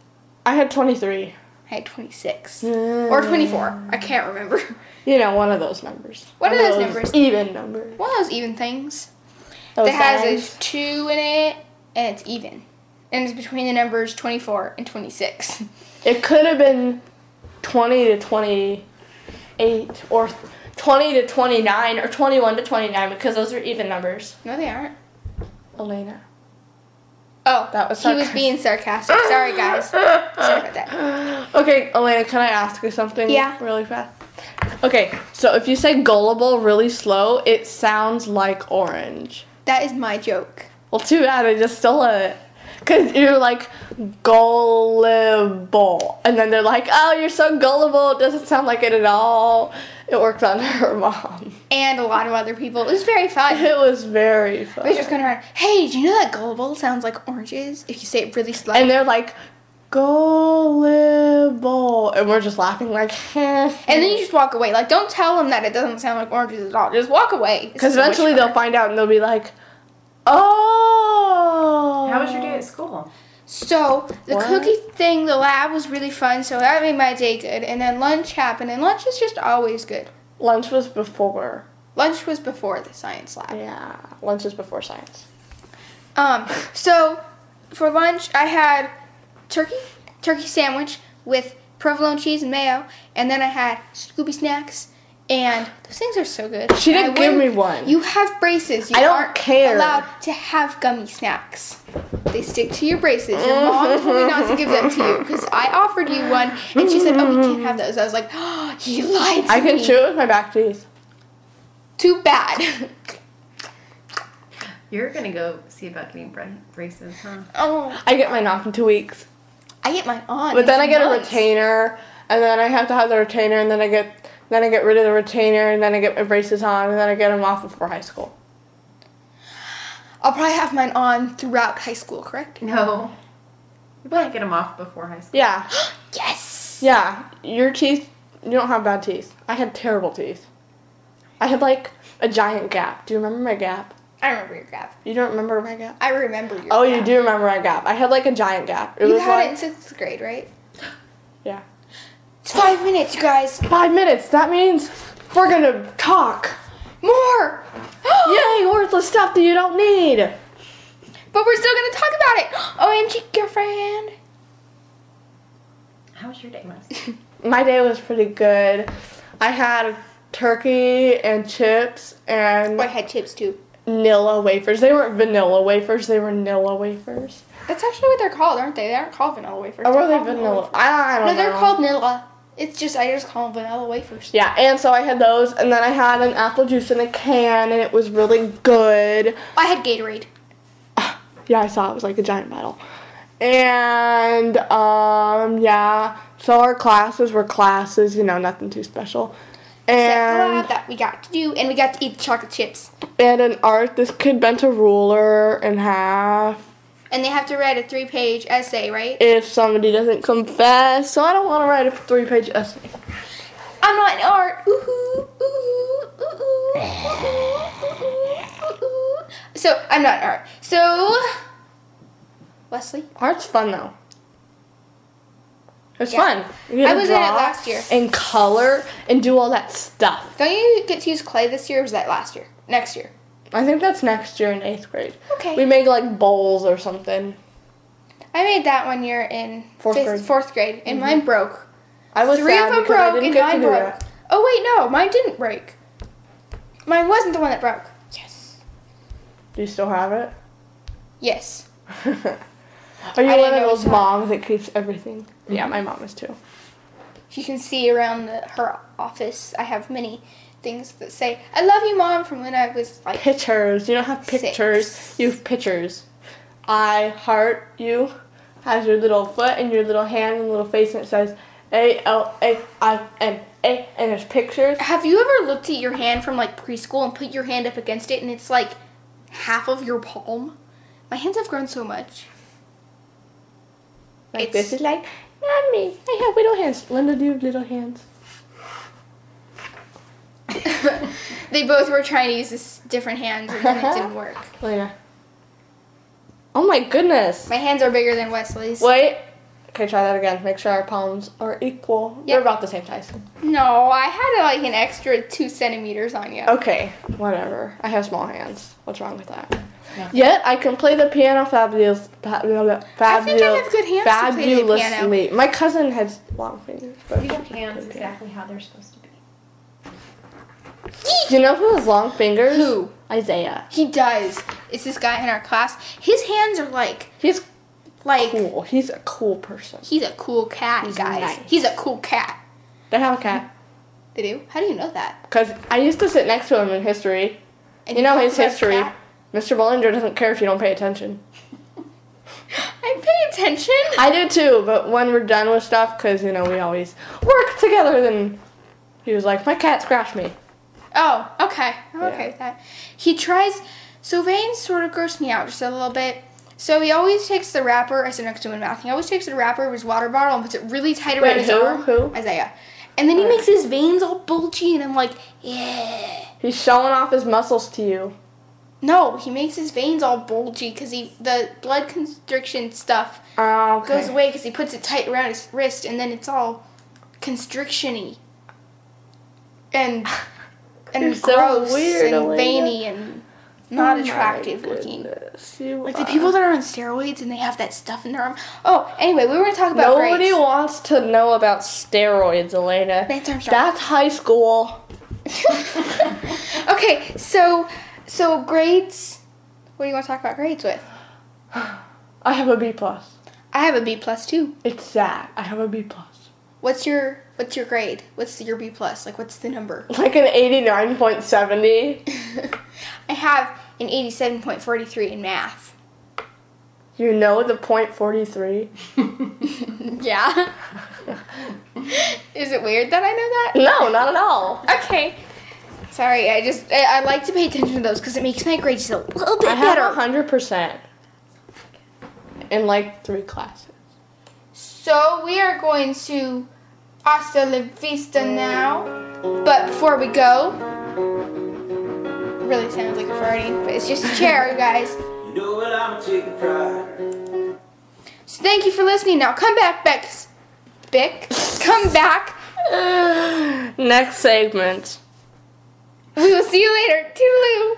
Speaker 5: I had twenty three.
Speaker 4: I had twenty six
Speaker 5: Mm.
Speaker 4: or twenty four. I can't remember. [laughs]
Speaker 5: You know, one of those numbers.
Speaker 4: One of those numbers.
Speaker 5: Even numbers.
Speaker 4: One of those even things
Speaker 5: Those
Speaker 4: that has
Speaker 5: signs.
Speaker 4: a two in it, and it's even, and it's between the numbers twenty four and twenty six.
Speaker 5: It could have been 20 to 28 or 20 to 29 or 21 to 29 because those are even numbers.
Speaker 4: [laughs] No, they aren't.
Speaker 5: Elena.
Speaker 4: Oh,
Speaker 5: That was
Speaker 4: he was
Speaker 5: sarcastic.
Speaker 4: being sarcastic. Sorry, guys. Sorry about that.
Speaker 5: Okay, Elena, can I ask you something
Speaker 4: Yeah.
Speaker 5: really fast? Okay, so if you say gullible really slow, it sounds like orange.
Speaker 4: That is my joke.
Speaker 5: Well, too bad I just stole it. Cause you're like gullible, and then they're like, "Oh, you're so gullible." It doesn't sound like it at all. It worked on [laughs] her mom.
Speaker 4: And a lot of other people. It was very
Speaker 5: [laughs]
Speaker 4: fun.
Speaker 5: It was very fun.
Speaker 4: We just going around. Hey, do you know that gullible sounds like oranges if you say it really slow?
Speaker 5: and they're like, gullible. And we're just laughing, like, [laughs]
Speaker 4: And then you just walk away. Like, don't tell them that it doesn't sound like oranges at all. Just walk away. It's
Speaker 5: Because
Speaker 4: so much
Speaker 5: eventually
Speaker 4: fun.
Speaker 5: they'll find out and they'll be like, oh.
Speaker 8: How was your day at school?
Speaker 4: So the
Speaker 5: What?
Speaker 4: cookie thing, the lab was really fun. So that made my day good. And then lunch happened, and lunch is just always good.
Speaker 5: Lunch was before.
Speaker 4: Lunch was before the science lab.
Speaker 5: Yeah, lunch is before science.
Speaker 4: Um, so for lunch, I had turkey, turkey sandwich with provolone cheese and mayo, and then I had Scooby snacks, and those things are so good.
Speaker 5: She didn't
Speaker 4: I
Speaker 5: give
Speaker 4: wouldn't-
Speaker 5: me one.
Speaker 4: You have braces. You
Speaker 5: I don't
Speaker 4: aren't
Speaker 5: care.
Speaker 4: Allowed to have gummy snacks. They stick to your braces. Your mom told me not to give them to you because I offered you one, and she said, "Oh, we can't have those." I was like, "Oh, he lied to
Speaker 5: I can
Speaker 4: me."
Speaker 5: chew it with my back teeth.
Speaker 4: Too
Speaker 5: [laughs]
Speaker 4: bad.
Speaker 8: You're gonna go see about getting bra- braces, huh?
Speaker 4: oh,
Speaker 5: I get mine off in two weeks.
Speaker 4: I get mine on.
Speaker 5: But then
Speaker 4: in
Speaker 5: I get a
Speaker 4: months.
Speaker 5: retainer, and then I have to have the retainer, and then I get then I get rid of the retainer, and then I get my braces on, and then I get them off before high school.
Speaker 4: I'll probably have mine on throughout high school. Correct.
Speaker 8: No. You probably get them off before high school.
Speaker 5: Yeah,
Speaker 4: Yes.
Speaker 5: yeah. Your teeth, you don't have bad teeth. I had terrible teeth. I had like a giant gap. Do you remember my gap?
Speaker 4: I remember your grab.
Speaker 5: You don't remember my gap?
Speaker 4: I remember your.
Speaker 5: Oh,
Speaker 4: grab.
Speaker 5: you do remember my gap. I had like a giant gap. It
Speaker 4: You
Speaker 5: was
Speaker 4: had
Speaker 5: like
Speaker 4: it in sixth grade, right?
Speaker 5: yeah,
Speaker 4: It's five minutes, you guys.
Speaker 5: five minutes. That means we're gonna talk.
Speaker 4: More. [gasps]
Speaker 5: Yay, worthless stuff that you don't need.
Speaker 4: But we're still gonna talk about it. [gasps] Oh, Omg, girlfriend.
Speaker 8: How was your day, Wes?
Speaker 5: my day was pretty good. I had turkey and chips and.
Speaker 4: I had chips too.
Speaker 5: Nilla wafers. They weren't vanilla wafers. They were Nilla wafers.
Speaker 4: That's actually what they're called, aren't they? They aren't called vanilla wafers.
Speaker 5: Or
Speaker 4: They're
Speaker 5: were they
Speaker 4: called
Speaker 5: Oh, vanilla? I, I
Speaker 4: No,
Speaker 5: don't know.
Speaker 4: they're called Nilla. It's just I just call them vanilla wafers.
Speaker 5: Yeah, and so I had those, and then I had an apple juice in a can, and it was really good.
Speaker 4: I had Gatorade.
Speaker 5: Yeah, I saw it was like a giant bottle. And um, yeah, so our classes were classes, you know, nothing too special.
Speaker 4: Glad
Speaker 5: And
Speaker 4: that we got to do, and we got to eat chocolate chips.
Speaker 5: and an art, this kid bent a ruler in half.
Speaker 4: And they have to write a three-page essay, right?
Speaker 5: If somebody doesn't confess, so I don't want to write a three-page essay.
Speaker 4: I'm not an art. Ooh, ooh, ooh, ooh, ooh, ooh, ooh, ooh. So I'm not an art. So Leslie,
Speaker 5: Art's fun though. It's
Speaker 4: Yeah.
Speaker 5: fun. You get
Speaker 4: I
Speaker 5: to
Speaker 4: was in it
Speaker 5: draw
Speaker 4: last year.
Speaker 5: And color and do all that stuff.
Speaker 4: don't you get to use clay this year? or Was that last year? Next year?
Speaker 5: I think that's next year in eighth grade.
Speaker 4: Okay.
Speaker 5: We make like bowls or something.
Speaker 4: I made that one year in
Speaker 5: Fourth
Speaker 4: fifth,
Speaker 5: grade. Mm-hmm.
Speaker 4: fourth grade, and mine broke.
Speaker 5: I was
Speaker 4: Three
Speaker 5: sad
Speaker 4: of them
Speaker 5: because I
Speaker 4: broke,
Speaker 5: didn't
Speaker 4: and
Speaker 5: get to
Speaker 4: mine
Speaker 5: do
Speaker 4: broke.
Speaker 5: that.
Speaker 4: Oh wait, no, mine didn't break. Mine wasn't the one that broke. Yes.
Speaker 5: Do you still have it?
Speaker 4: Yes.
Speaker 5: Are you
Speaker 4: I didn't
Speaker 5: one of
Speaker 4: know
Speaker 5: those
Speaker 4: you had-
Speaker 5: moms that keeps everything? Yeah, my mom is too.
Speaker 4: You can see around the, her office. I have many things that say "I love you, mom" from when I was like
Speaker 5: Pictures. You don't have
Speaker 4: Six.
Speaker 5: pictures. You have pictures. I heart you has your little foot and your little hand and little face and it says A L A I N A and there's pictures.
Speaker 4: Have you ever looked at your hand from like preschool and put your hand up against it and it's like half of your palm? My hands have grown so much.
Speaker 5: Like
Speaker 4: It's-
Speaker 5: this is like mommy. I have little hands. Linda, do you have little hands?
Speaker 4: [laughs] They both were trying to use this different hands and then it
Speaker 5: [laughs]
Speaker 4: didn't work.
Speaker 5: Lena. Oh my goodness.
Speaker 4: My hands are bigger than Wesley's.
Speaker 5: Wait. Okay, try that again. Make sure our palms are equal. They're
Speaker 4: Yep.
Speaker 5: about the same size.
Speaker 4: No, I had like an extra two centimeters on you.
Speaker 5: Okay, whatever. I have small hands. What's wrong with that? Yet I can play the piano fabulous, fa- blah, blah,
Speaker 4: I think I
Speaker 5: fabulous,
Speaker 4: have good hands to play the piano.
Speaker 5: fabulously. My cousin has long fingers, but
Speaker 8: You have hands exactly how they're supposed to be.
Speaker 5: you know who has long fingers?
Speaker 4: Who?
Speaker 5: Isaiah.
Speaker 4: He does. It's this guy in our class. His hands are like
Speaker 5: He's
Speaker 4: like
Speaker 5: cool. He's a cool person.
Speaker 4: he's a cool cat,
Speaker 5: He's
Speaker 4: guys.
Speaker 5: nice.
Speaker 4: He's a cool cat.
Speaker 5: They have a cat.
Speaker 4: They do? How do you know that?
Speaker 5: Cause I used to sit next to him in history.
Speaker 4: And
Speaker 5: you know
Speaker 4: he
Speaker 5: his
Speaker 4: has a
Speaker 5: history.
Speaker 4: cat?
Speaker 5: Mr. Bollinger doesn't care if you don't pay attention.
Speaker 4: I pay attention.
Speaker 5: I do too, but when we're done with stuff, because, you know, we always work together, then he was like, my cat scratched me.
Speaker 4: Oh, okay. I'm
Speaker 5: Yeah.
Speaker 4: okay with that. He tries. So Vane sort of grossed me out just a little bit. So he always takes the wrapper. I sit next to him in mouth. He always takes the wrapper of his water bottle and puts it really tight around
Speaker 5: Wait,
Speaker 4: his
Speaker 5: who?
Speaker 4: arm.
Speaker 5: Who?
Speaker 4: Isaiah. And then he makes his veins all bulgy, and I'm like, yeah.
Speaker 5: He's showing off his muscles to you.
Speaker 4: No, he makes his veins all bulgy because he the blood constriction stuff
Speaker 5: Oh,
Speaker 4: goes away because he puts it tight around his wrist, and then it's all constrictiony
Speaker 5: [laughs]
Speaker 4: and and
Speaker 5: You're so
Speaker 4: gross
Speaker 5: weird,
Speaker 4: and
Speaker 5: Elena. Oh
Speaker 4: veiny and not attractive looking. Like the people that are on steroids and they have that stuff in their arm. Oh, anyway, we were going to talk about
Speaker 5: Nobody
Speaker 4: grades.
Speaker 5: wants to know about steroids, Elena.
Speaker 4: Lance Armstrong.
Speaker 5: That's high school.
Speaker 4: [laughs] okay, so so grades. What do you want to talk about grades with?
Speaker 5: I have a B plus.
Speaker 4: I have a B plus too.
Speaker 5: It's sad. I have a B plus.
Speaker 4: What's your what's your grade? What's your B plus? Like what's the number? [laughs]
Speaker 5: Like an eighty nine point seventy.
Speaker 4: I have an eighty-seven point forty-three in math.
Speaker 5: You know the point forty three.
Speaker 4: Yeah. Is it weird that I know that?
Speaker 5: No, not at
Speaker 4: [laughs]
Speaker 5: all.
Speaker 4: Okay. Sorry, I just I, I like to pay attention to those because it makes my grade just a little bit
Speaker 5: I have
Speaker 4: better.
Speaker 5: a hundred percent in like three classes.
Speaker 4: So we are going to hasta la vista now. But before we go, really sounds like a farting, but it's just a chair, you guys.
Speaker 9: You know what I'm a chicken fried.
Speaker 4: So thank you for listening. Now come back, Bex. Bick, come
Speaker 5: [sighs]
Speaker 4: back.
Speaker 5: Next segment.
Speaker 4: We will see you later. Toodaloo.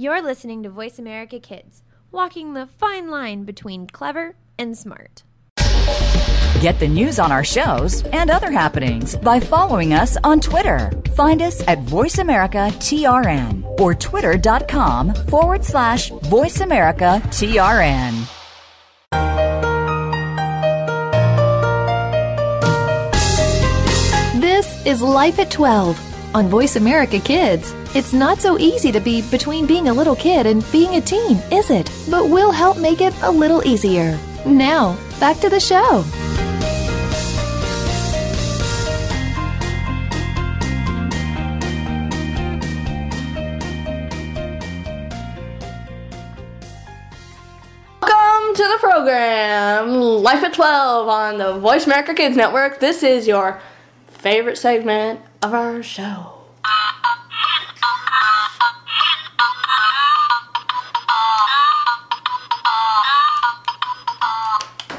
Speaker 10: You're listening to Voice America Kids, walking the fine line between clever and smart.
Speaker 11: Get the news on our shows and other happenings by following us on Twitter. Find us at VoiceAmericaTRN or twitter.com forward slash VoiceAmericaTRN.
Speaker 12: This is Life at 12 on Voice America Kids. It's not so easy to be between being a little kid and being a teen, is it? But we'll help make it a little easier. Now, back to the show.
Speaker 5: Welcome to the program, Life at 12 on the Voice America Kids Network. This is your favorite segment of our show.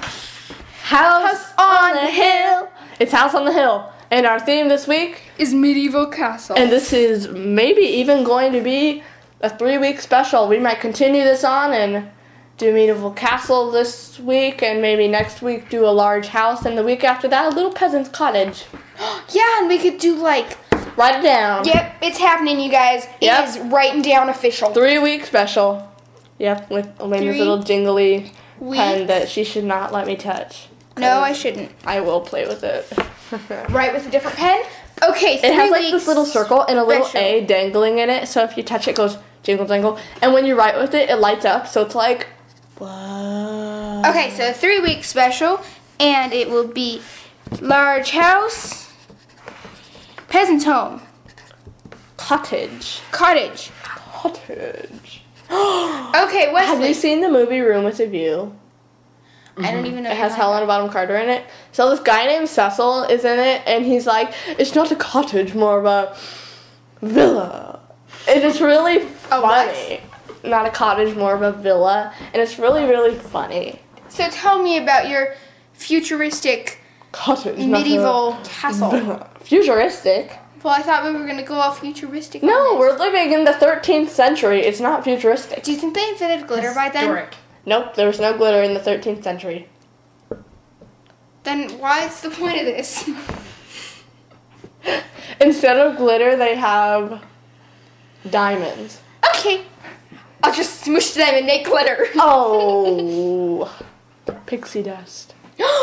Speaker 5: House, on the Hill. It's House on the Hill. And our theme this week
Speaker 13: is medieval castle.
Speaker 5: And this is maybe even going to be a three week special. We might continue this on and do medieval castle this week, and maybe next week do a large house, and the week after that, a little peasant's cottage.
Speaker 4: yeah, and we could do like.
Speaker 5: Write it down.
Speaker 4: Yep, it's happening, you guys.
Speaker 5: Yep.
Speaker 4: It is writing down official.
Speaker 5: Three week special. Yep, with Elena's
Speaker 4: Three
Speaker 5: little jingly pen
Speaker 4: weeks.
Speaker 5: that she should not let me touch.
Speaker 4: No, I shouldn't.
Speaker 5: I will play with it.
Speaker 4: [laughs] Write with a different pen. Okay,
Speaker 5: It has
Speaker 4: three
Speaker 5: like this
Speaker 4: weeks.
Speaker 5: little circle and a little
Speaker 4: special.
Speaker 5: A dangling in it, so if you touch it, it goes jingle jangle. And when you write with it, it lights up, so it's like
Speaker 4: Okay, so three week special, and it will be large house, peasant's home,
Speaker 5: cottage.
Speaker 4: cottage.
Speaker 5: Cottage.
Speaker 4: okay, Wesley.
Speaker 5: [gasps] Have you seen the movie Room with a View?
Speaker 4: I don't even know.
Speaker 5: Mm-hmm. It
Speaker 4: you're
Speaker 5: has
Speaker 4: talking
Speaker 5: Helena Bottom Carter in it. So this guy named Cecil is in it, and he's like, it's not a cottage, more of a villa. And it's [laughs] really funny. Not a cottage, more of a villa, and it's really, really funny.
Speaker 4: about. So tell me about your futuristic
Speaker 5: Cottage, not a
Speaker 4: medieval castle.
Speaker 5: [laughs]
Speaker 4: Well,
Speaker 5: villa. Futuristic.
Speaker 4: I thought we were gonna go all futuristic. on
Speaker 5: No,
Speaker 4: this.
Speaker 5: we're living in the 13th century. It's not futuristic.
Speaker 4: Do you think they invented glitter by then?
Speaker 5: Nope, there was no glitter in the 13th century.
Speaker 4: Then why is the point of this? [laughs]
Speaker 5: Instead of glitter, they have diamonds.
Speaker 4: okay, I'll just smoosh them and make glitter.
Speaker 5: [laughs] Oh, pixie dust [gasps]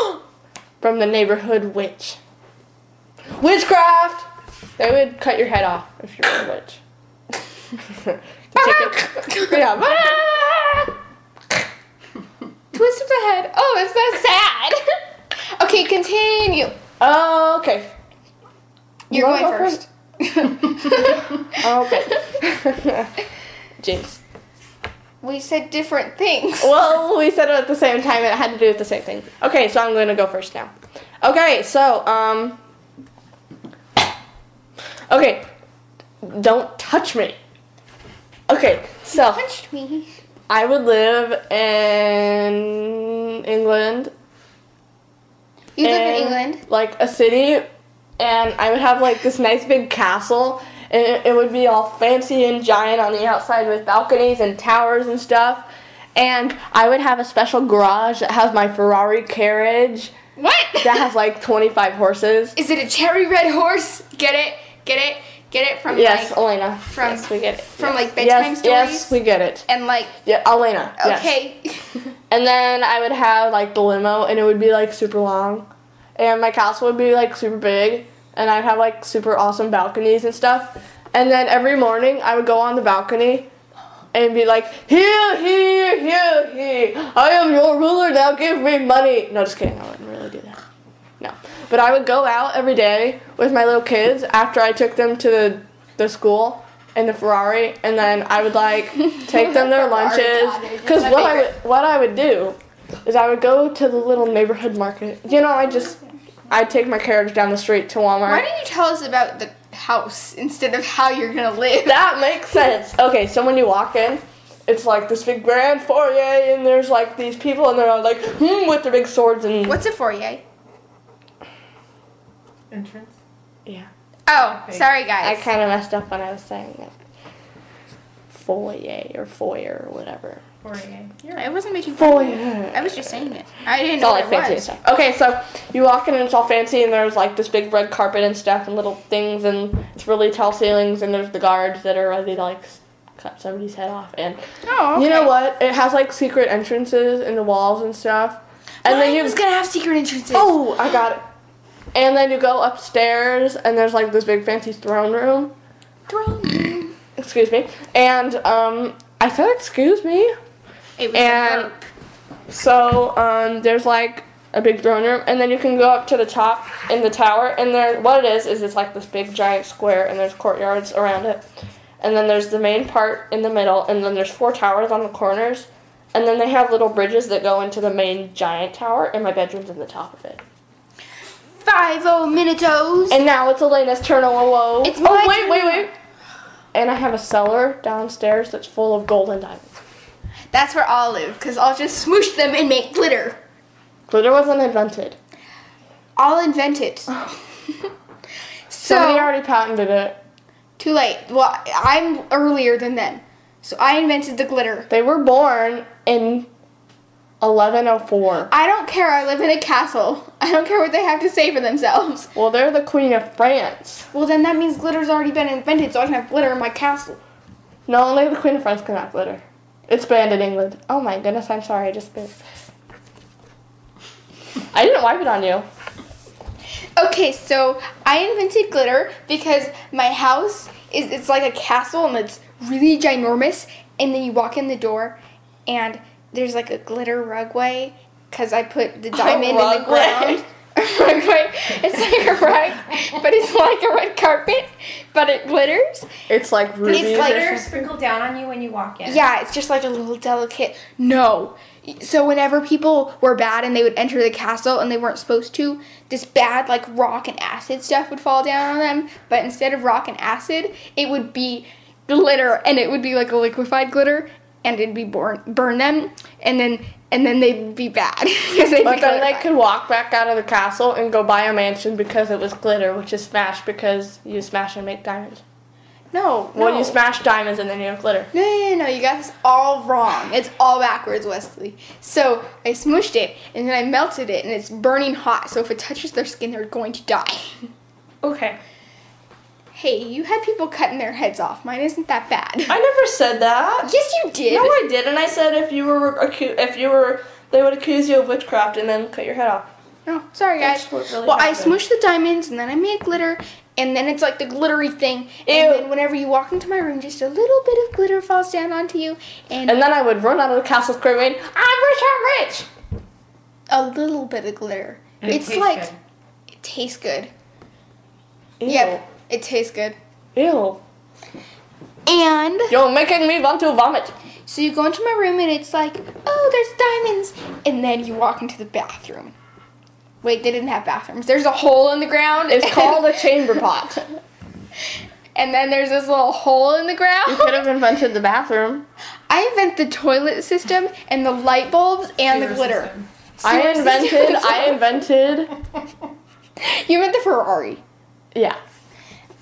Speaker 5: from the neighborhood witch. Witchcraft. They would cut your head off if you were a witch. [laughs] To take it- yeah,
Speaker 4: [laughs]
Speaker 5: Ah!
Speaker 4: Twist of the head. Oh, it's so sad. [laughs] okay, continue.
Speaker 5: Okay.
Speaker 4: You're
Speaker 5: wanna
Speaker 4: going
Speaker 5: go
Speaker 4: first.
Speaker 5: okay. Jinx.
Speaker 4: We said different
Speaker 5: [laughs]
Speaker 4: things.
Speaker 5: Well, we said it at the same time, and it had to do with the same thing. Okay, so I'm going to go first now. Okay, so um. Okay, don't touch me. Okay, so
Speaker 4: Punched me.
Speaker 5: I would live in England.
Speaker 4: You live in England?
Speaker 5: Like a city, and I would have like this nice big castle, and it, it would be all fancy and giant on the outside with balconies and towers and stuff. And I would have a special garage that has my Ferrari carriage.
Speaker 4: What? [laughs]
Speaker 5: That has like 25 horses.
Speaker 4: Is it a cherry red horse? Get it? Get it? Get it from [laughs]
Speaker 5: Yes,
Speaker 4: like
Speaker 5: Elena.
Speaker 4: from
Speaker 5: yes, we get it.
Speaker 4: from
Speaker 5: Yes.
Speaker 4: like bedtime
Speaker 5: yes,
Speaker 4: stories.
Speaker 5: Yes, we get it.
Speaker 4: and like
Speaker 5: Yeah, Elena. yes. [laughs]
Speaker 4: okay.
Speaker 5: And then I would have like the limo, and it would be like super long, and my castle would be like super big, and I'd have like super awesome balconies and stuff. And then every morning I would go on the balcony and be like, here, here, here, here, I am your ruler. Now give me money. No, just kidding. I wouldn't really do that. No, but I would go out every day with my little kids after I took them to the, the school, in the Ferrari, and then I would
Speaker 8: [laughs]
Speaker 5: like take them their
Speaker 8: Ferrari
Speaker 5: lunches.
Speaker 8: cottage.
Speaker 5: Because
Speaker 8: My
Speaker 5: what I would
Speaker 8: favorite.
Speaker 5: what I would do is I would go to the little neighborhood market. You know, I just I'd take my carriage down the street to Walmart.
Speaker 4: Why didn't you tell us about the house instead of how you're gonna live?
Speaker 5: That makes sense. Okay, so when you walk in, it's like this big grand foyer, and there's like these people, and they're all like, hmm, with their big swords and.
Speaker 4: What's a foyer?
Speaker 5: Entrance. Yeah.
Speaker 4: Oh, sorry guys.
Speaker 5: I kind of messed up when I was saying it. Foyer or foyer or whatever.
Speaker 4: Foyer. I wasn't making fun of you.
Speaker 5: Foyer.
Speaker 4: I was just saying it. I didn't
Speaker 5: It's
Speaker 4: know
Speaker 5: all
Speaker 4: what
Speaker 5: like
Speaker 4: it
Speaker 5: fancy
Speaker 4: was.
Speaker 5: stuff. Okay, so you walk in and it's all fancy, and there's like this big red carpet and stuff, and little things, and it's really tall ceilings, and there's the guards that are ready to like s- cut somebody's head off, and
Speaker 4: Oh,
Speaker 5: you know
Speaker 4: okay.
Speaker 5: what? It has like secret entrances in the walls and stuff, and then you
Speaker 4: was gonna have secret entrances.
Speaker 5: Oh, I got it. And then you go upstairs, and there's like this big fancy throne room.
Speaker 4: Throne room.
Speaker 5: Excuse me. And um, I said, excuse me.
Speaker 4: It was a
Speaker 5: and so um, there's like a big throne room, and then you can go up to the top in the tower. And there, what it is, is it's like this big giant square, and there's courtyards around it. And then there's the main part in the middle, and then there's four towers on the corners. And then they have little bridges that go into the main giant tower, and my bedroom's in the top of it.
Speaker 4: Five O Minutos.
Speaker 5: And now it's Elena's turn. Oh, whoa, whoa.
Speaker 4: It's
Speaker 5: oh,
Speaker 4: my
Speaker 5: wait,
Speaker 4: turn.
Speaker 5: wait, wait. And I have a cellar downstairs that's full of gold and diamonds.
Speaker 4: That's where I'll live, cause I'll just smoosh them and make glitter.
Speaker 5: Glitter wasn't invented.
Speaker 4: I'll invent it.
Speaker 5: Oh.
Speaker 4: [laughs]
Speaker 5: Somebody already patented it.
Speaker 4: Too late. Well, I'm earlier than them, so I invented the glitter.
Speaker 5: They were born in 1104.
Speaker 4: I don't care. I live in a castle. [laughs] I don't care what they have to say for themselves.
Speaker 5: Well, they're the queen of France.
Speaker 4: Well, then that means glitter's already been invented, so I can have glitter in my castle.
Speaker 5: No, only the queen of France can have glitter. It's banned in England. Oh my goodness, I'm sorry. I just spit. I didn't wipe it on you.
Speaker 4: Okay, so I invented glitter because my house is it's like a castle and it's really ginormous. And then you walk in the door, and there's like a glitter rugway because I put
Speaker 5: [laughs]
Speaker 4: the diamond in the
Speaker 5: rugway.
Speaker 4: ground. [laughs] rugway. It's like a rug, but it's like a red carpet, but it glitters.
Speaker 5: It's like rubies.
Speaker 4: It's
Speaker 5: or
Speaker 4: glitter.
Speaker 5: something.
Speaker 8: Sprinkle down on you when you walk in.
Speaker 4: Yeah, it's just like a little delicate. No. So whenever people were bad and they would enter the castle and they weren't supposed to, this bad like rock and acid stuff would fall down on them. But instead of rock and acid, it would be glitter, and it would be like a liquefied glitter, and it'd be burn burn them, and then and then they'd be bad [laughs] because they'd be
Speaker 5: But then they
Speaker 4: glittered.
Speaker 5: could walk back out of the castle and go buy a mansion because it was glitter, which is smash because you smash and make diamonds.
Speaker 4: no, no.
Speaker 5: Well, you smash diamonds and then you have glitter.
Speaker 4: No, no, no, no, you got this all wrong. It's all backwards, Wesley. So I smooshed it and then I melted it and it's burning hot. So if it touches their skin, they're going to die. [laughs]
Speaker 5: Okay.
Speaker 4: Hey, you had people cutting their heads off. Mine isn't that bad. [laughs]
Speaker 5: I never said that.
Speaker 4: yes, you did.
Speaker 5: No, I did, and I said if you were acu- if you were they would accuse you of witchcraft and then cut your head off.
Speaker 4: No, sorry, guys.
Speaker 5: That's what really
Speaker 4: well, I
Speaker 5: happened.
Speaker 4: smooshed the diamonds and then I made glitter. And then it's like the glittery thing.
Speaker 5: Ew.
Speaker 4: And then whenever you walk into my room, just a little bit of glitter falls down onto you. And,
Speaker 5: And then I would run out of the castle screaming, "I'm rich, I'm rich!"
Speaker 4: a little bit of glitter.
Speaker 5: And it
Speaker 4: it's
Speaker 5: tastes
Speaker 4: like,
Speaker 5: good.
Speaker 4: it tastes good.
Speaker 5: Ew.
Speaker 4: Yep, it tastes good.
Speaker 5: Ew.
Speaker 4: And
Speaker 5: You're making me want to vomit.
Speaker 4: so you go into my room and it's like, oh, there's diamonds. And then you walk into the bathroom. Wait, they didn't have bathrooms. There's a hole in the ground. [laughs]
Speaker 5: It's called a chamber pot.
Speaker 4: And then there's this little hole in the
Speaker 5: You
Speaker 4: ground.
Speaker 5: could have invented the bathroom.
Speaker 4: [laughs] I invent the toilet system and the light bulbs and the glitter.
Speaker 5: I
Speaker 4: Sewer
Speaker 5: [laughs] invented.
Speaker 4: system. [laughs]
Speaker 5: I invented.
Speaker 4: You invent the Ferrari.
Speaker 5: Yeah.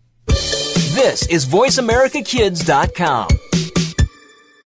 Speaker 2: This is VoiceAmericaKids.com.